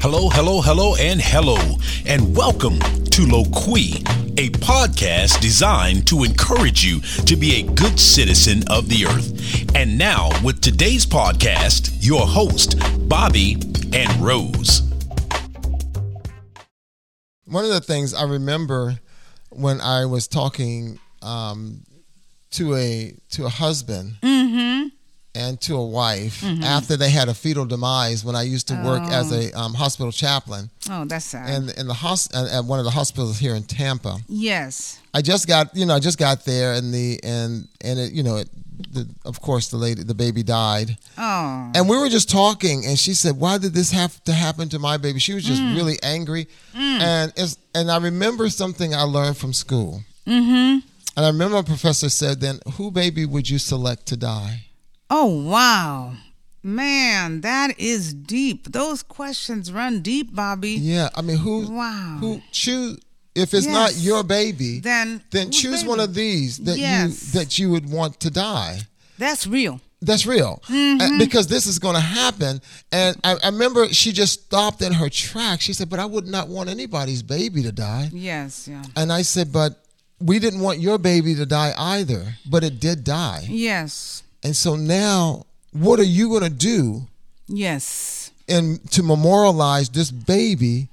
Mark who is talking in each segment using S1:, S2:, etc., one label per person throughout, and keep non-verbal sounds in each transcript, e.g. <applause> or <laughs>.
S1: Hello, hello, hello, and hello, and welcome to Loqui, a podcast designed to encourage you to be a good citizen of the earth. And now, with today's podcast, your host, Bobby and Rose.
S2: One of the things I remember when I was talking um, to a to a husband and to a wife after they had a fetal demise, when I used to work as a um, hospital chaplain
S3: Oh, that's sad.
S2: and in the hos- uh, at at one of the hospitals here in Tampa.
S3: yes.
S2: I just got you know I just got there and the and and it you know it. The, of course, the lady, the baby died,
S3: Oh,
S2: and we were just talking, and she said, "Why did this have to happen to my baby?" She was just
S3: Mm.
S2: really angry, and it's and I remember something I learned from school, mm-hmm. and I remember a professor said, "Then who baby would you select to die?"
S3: oh, wow, man, that is deep. Those questions run deep, Bobby.
S2: Yeah, I mean, who
S3: Wow.
S2: who choose if it's not
S3: Yes.
S2: your baby,
S3: Then
S2: then
S3: whose
S2: choose
S3: baby?
S2: one of these that
S3: Yes.
S2: you that you would want to die.
S3: That's real.
S2: That's real. And- because this is going to happen. And I, I remember she just stopped in her tracks. She said, But I would not want anybody's baby to die.
S3: Yes. Yeah.
S2: And I said, But we didn't want your baby to die either, but it did die.
S3: Yes.
S2: And so now, what are you going to do
S3: Yes.
S2: in, to memorialize this baby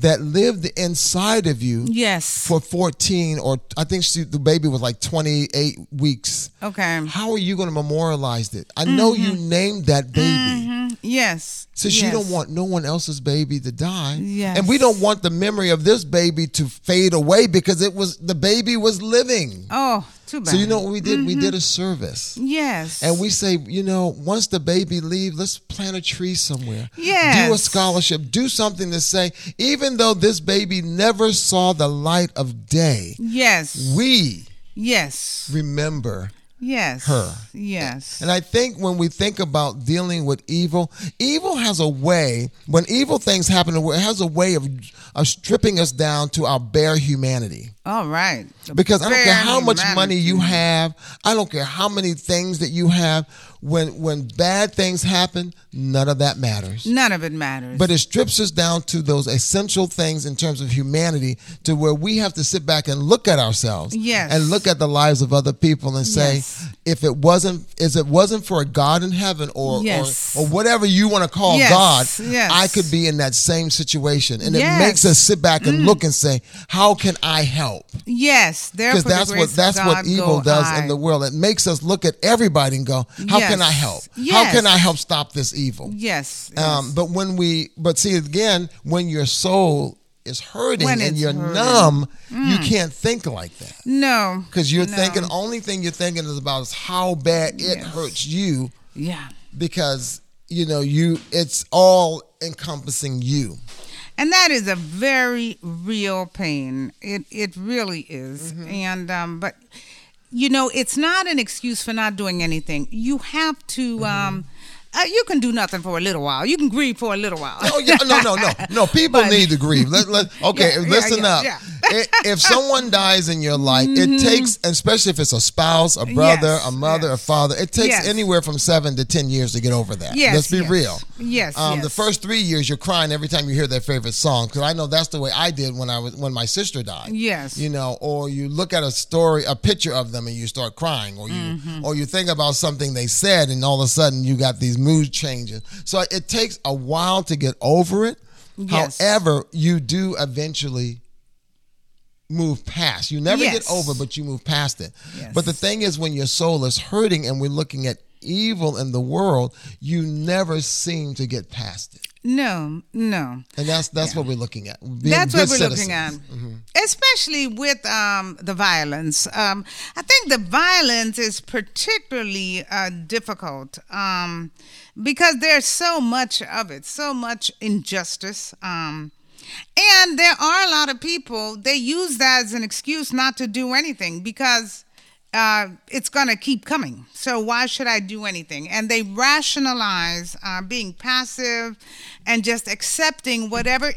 S2: that lived inside of you
S3: Yes.
S2: for 14 or I think she, the baby was like 28 weeks?
S3: okay.
S2: How are you going to memorialize it? I know you named that baby.
S3: Mm, Yes.
S2: Since you don't
S3: Yes.
S2: want no one else's baby to die.
S3: Yes.
S2: And we don't want the memory of this baby to fade away because it was the baby was living.
S3: Oh, too bad.
S2: So you know what we did? We
S3: Mm-hmm.
S2: did a service.
S3: Yes.
S2: And we say, you know, once the baby leaves, let's plant a tree somewhere. Do a
S3: Yes.
S2: scholarship. Do something to say, even though this baby never saw the light of day,
S3: Yes.
S2: we
S3: yes.
S2: remember
S3: Yes.
S2: her.
S3: Yes.
S2: And I think when we think about dealing with evil, evil has a way, when evil things happen, it has a way of, of stripping us down to our bare humanity.
S3: All right.
S2: Because I don't care
S3: Bare
S2: how much
S3: humanity. Mm-hmm.
S2: money you have, I don't care how many things that you have, when, when bad things happen, none of that matters.
S3: None of it matters.
S2: But it strips us down to those essential things in terms of humanity to where we have to sit back and look at ourselves.
S3: Yes.
S2: And look at the lives of other people and say,
S3: Yes.
S2: if it wasn't if it wasn't for a God in heaven or
S3: Yes.
S2: or, or whatever you want to call
S3: Yes,
S2: God,
S3: yes.
S2: I could be in that same situation. And
S3: Yes. Mm.
S2: it makes us sit back and look and say, How can I help?
S3: yes,
S2: Because
S3: because
S2: that's what that's what evil does in the world. It makes us look at everybody and go, How can I
S3: Yes,
S2: help? How
S3: yes.
S2: can I help stop this evil?
S3: Yes.
S2: Um,
S3: yes.
S2: but when we, but see again, when your soul is hurting
S3: When
S2: and
S3: it's
S2: you're
S3: hurting.
S2: numb, you can't think like that
S3: no.
S2: because you're
S3: No.
S2: thinking only thing you're thinking is about is how bad it hurts you
S3: Yeah.
S2: because you know you it's all encompassing you.
S3: And that is a very real pain. It it really is.
S2: Mm-hmm.
S3: And um but you know, it's not an excuse for not doing anything. You have to
S2: Mm-hmm.
S3: um uh, you can do nothing for a little while. You can grieve for a little while.
S2: Oh yeah, no, no, no, no.
S3: <laughs>
S2: People
S3: But-
S2: need to grieve. Let, let, okay,
S3: <laughs> Yeah, yeah,
S2: listen
S3: yeah,
S2: up.
S3: yeah. Mm-hmm.
S2: I- if someone dies in your life, it takes, especially if it's a spouse, a brother,
S3: Yes,
S2: a mother, a
S3: yes.
S2: father, it takes
S3: Yes.
S2: anywhere from seven to ten years to get over that.
S3: <laughs> Yes,
S2: Let's be
S3: yes.
S2: real.
S3: Yes,
S2: Um, The
S3: yes.
S2: first three years, you're crying every time you hear their favorite song because I know that's the way I did when I was when my sister died.
S3: Yes.
S2: You know, or you look at a story, a picture of them, and you start crying, or you
S3: Mm-hmm.
S2: or you think about something they said, and all of a sudden you got these mood changes. So it takes a while to get over it.
S3: Yes.
S2: However, you do eventually move past. You never
S3: Yes.
S2: get over, but you move past it.
S3: Yes.
S2: But the thing is, when your soul is hurting and we're looking at evil in the world, you never seem to get past it.
S3: No, no.
S2: And that's that's what we're looking at. Being
S3: That's what
S2: good
S3: we're
S2: citizens. Mm-hmm.
S3: looking at, especially with um, the violence. Um, I think the violence is particularly uh, difficult um, because there's so much of it, so much injustice. Um, and there are a lot of people, they use that as an excuse not to do anything because uh, it's going to keep coming. So why should I do anything? And they rationalize uh, being passive and just accepting whatever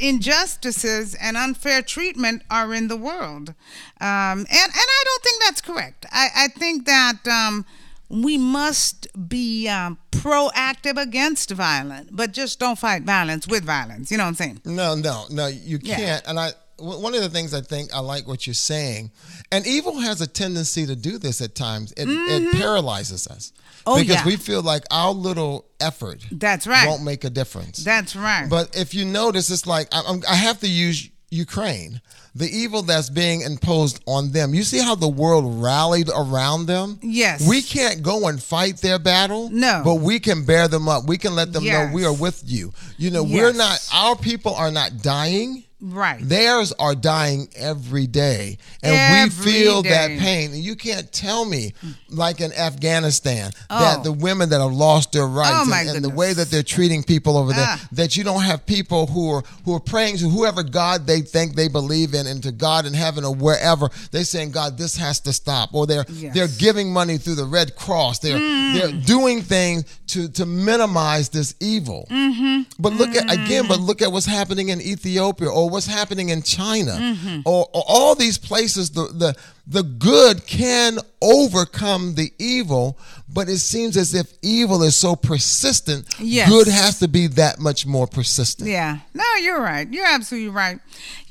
S3: injustices and unfair treatment are in the world. Um, and and I don't think that's correct. I, I think that um, we must be um, proactive against violence, but just don't fight violence with violence. You know what I'm saying?
S2: No, no, no, you
S3: Yeah.
S2: can't. And I, w- one of the things I think I like what you're saying, and evil has a tendency to do this at times. It, it paralyzes us
S3: Mm-hmm. Oh,
S2: because
S3: yeah.
S2: we feel like our little effort
S3: That's right.
S2: won't make a difference.
S3: That's right.
S2: But if you notice, it's like I, I'm, I have to use Ukraine, the evil that's being imposed on them. You see how the world rallied around them?
S3: Yes.
S2: We can't go and fight their battle.
S3: No.
S2: But we can bear them up. We can let them
S3: Yes.
S2: know we are with you. You know, we're
S3: Yes.
S2: not, our people are not dying.
S3: right.
S2: Theirs are dying every day, and
S3: Every
S2: we feel that
S3: day.
S2: pain. And you can't tell me, like in Afghanistan,
S3: Oh.
S2: that the women that have lost their rights
S3: Oh,
S2: and-
S3: my
S2: and, the way
S3: goodness.
S2: that they're treating people over there,
S3: Ah.
S2: that you don't have people who are who are praying to whoever God they think they believe in, and to God in heaven or wherever they're saying, God, this has to stop, or they're
S3: Yes. Mm.
S2: they're giving money through the Red Cross, they're they're doing things to to minimize this evil.
S3: Mm-hmm.
S2: But look at again,
S3: Mm.
S2: but look at what's happening in Ethiopia or what's happening in China
S3: Mm-hmm.
S2: or, or all these places. The, the the good can overcome the evil, but it seems as if evil is so persistent.
S3: Yes.
S2: Good has to be that much more persistent.
S3: Yeah. No, you're right. You're absolutely right.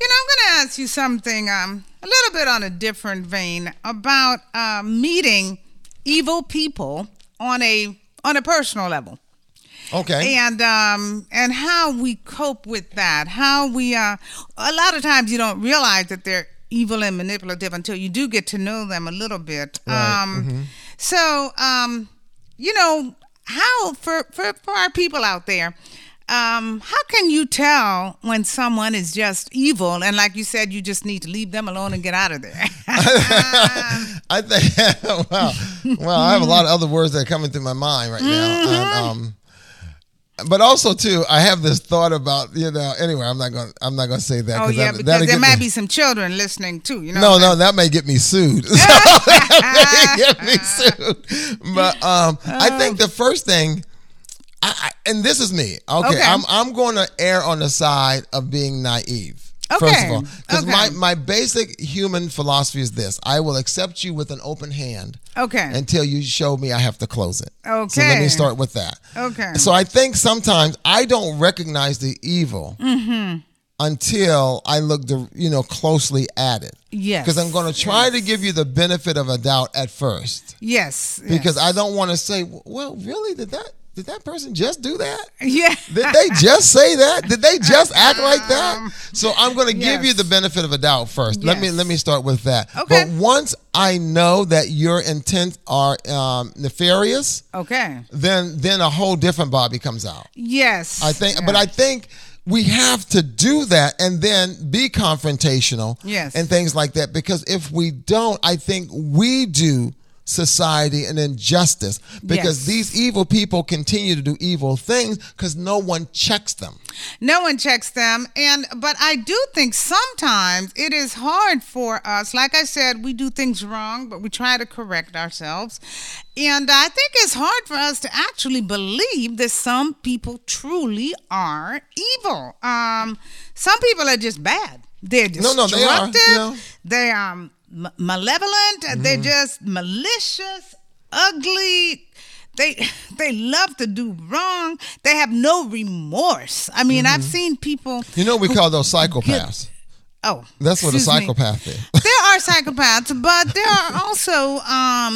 S3: You know, I'm going to ask you something um, a little bit on a different vein about uh, meeting evil people on a on a personal level
S2: Okay.
S3: and um and how we cope with that how we uh a lot of times you don't realize that they're evil and manipulative until you do get to know them a little bit
S2: Right, Mm-hmm.
S3: um so um you know how for, for for our people out there um how can you tell when someone is just evil and like you said you just need to leave them alone and get out
S2: <laughs>
S3: of there <laughs>
S2: I think. <laughs> wow. Well, I have a lot of other words that are coming through my mind right now.
S3: Mm-hmm.
S2: And, um, but also too, I have this thought about you know. Anyway, I'm not going. to I'm not going to say that.
S3: oh yeah
S2: that-
S3: because
S2: that'll
S3: there
S2: get
S3: might
S2: me-
S3: be some children listening too you know
S2: No, no, that may get me
S3: <laughs>
S2: sued. <laughs> So, that may get me sued. But um,
S3: Uh.
S2: I think the first thing, I, I, and this is me. Okay,
S3: Okay.
S2: I'm I'm going to err on the side of being naive. First
S3: Okay,
S2: of all, because
S3: okay.
S2: my, my basic human philosophy is this: I will accept you with an open hand
S3: okay
S2: until you show me I have to close it. So let
S3: Okay.
S2: me start with that.
S3: Okay.
S2: So I think sometimes I don't recognize the evil
S3: Mm-hmm.
S2: until I look, the, you know, closely at it.
S3: Yes.
S2: Because I'm going to try to give you the benefit of a doubt at first,
S3: yes yes.
S2: because I don't want to say, well, really, did that did that person just do that?
S3: <laughs> yeah
S2: Did they just say that? Did they just act like that? So I'm going to give
S3: Um, Yes.
S2: you the benefit of a doubt first. Let me
S3: Yes.
S2: let me start with that.
S3: Okay.
S2: But once I know that your intents are um, nefarious,
S3: okay
S2: then then a whole different Bobby comes out.
S3: Yes.
S2: I think, but I think we have to do that and then be confrontational
S3: Yes.
S2: and things like that because if we don't, I think we do society an injustice because
S3: Yes.
S2: these evil people continue to do evil things because no one checks them.
S3: no one checks them and but I do think sometimes it is hard for us. Like I said, we do things wrong, but we try to correct ourselves. And I think it's hard for us to actually believe that some people truly are evil. Um some people are just bad. They're
S2: No,
S3: destructive.
S2: no, they are, yeah.
S3: They are m- malevolent. They're
S2: Mm-hmm.
S3: just malicious, ugly. They <laughs> they love to do wrong. They have no remorse. I mean, I've
S2: Mm-hmm.
S3: seen people.
S2: You know, we call those psychopaths.
S3: Oh,
S2: That's what a
S3: excuse me.
S2: psychopath is.
S3: there are psychopaths, but there are also, um,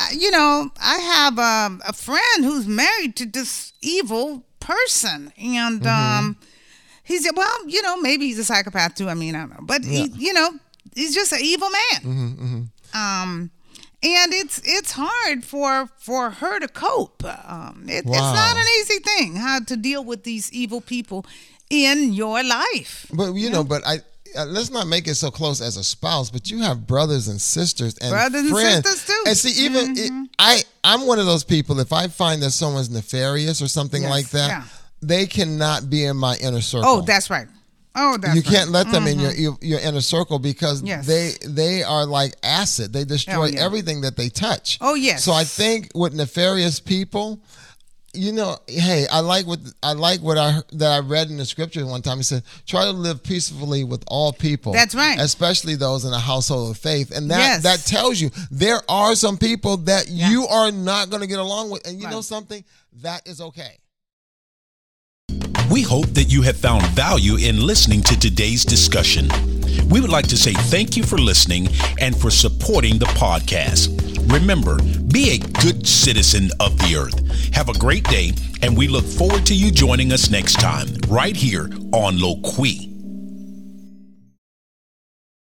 S3: uh, you know, I have um, a friend who's married to this evil person, and
S2: Mm-hmm.
S3: um, he said, "Well, you know, maybe he's a psychopath too. I mean, I don't know, but he, you know, he's just an evil man."
S2: Mm-hmm,
S3: Um, and it's it's hard for for her to cope. Um, it,
S2: Wow.
S3: It's not an easy thing how to deal with these evil people in your life.
S2: But you know, but I uh, let's not make it so close as a spouse. But you have brothers and sisters and
S3: Brothers and
S2: friends.
S3: sisters, too. Mm-hmm.
S2: And see, even it, I, I'm one of those people. If I find that someone's nefarious or something
S3: Yes,
S2: like that,
S3: yeah.
S2: they cannot be in my inner circle.
S3: Oh, that's right. Oh, that's
S2: you
S3: right.
S2: can't let them in your, your your inner circle because
S3: Mm-hmm. Yes.
S2: they they are like acid. They destroy
S3: yeah.
S2: everything that they touch.
S3: Oh, yes.
S2: So I think with nefarious people, you know, hey, I like what I like what I that I read in the scripture one time. He said, "Try to live peacefully with all people."
S3: That's right.
S2: especially those in a household of faith, and that
S3: Yes.
S2: that tells you there are some people that
S3: Yeah.
S2: you are not going to get along with, and you know
S3: Right.
S2: something, that is okay.
S1: We hope that you have found value in listening to today's discussion. We would like to say thank you for listening and for supporting the podcast. Remember, be a good citizen of the earth. Have a great day, and we look forward to you joining us next time, right here on Loqui.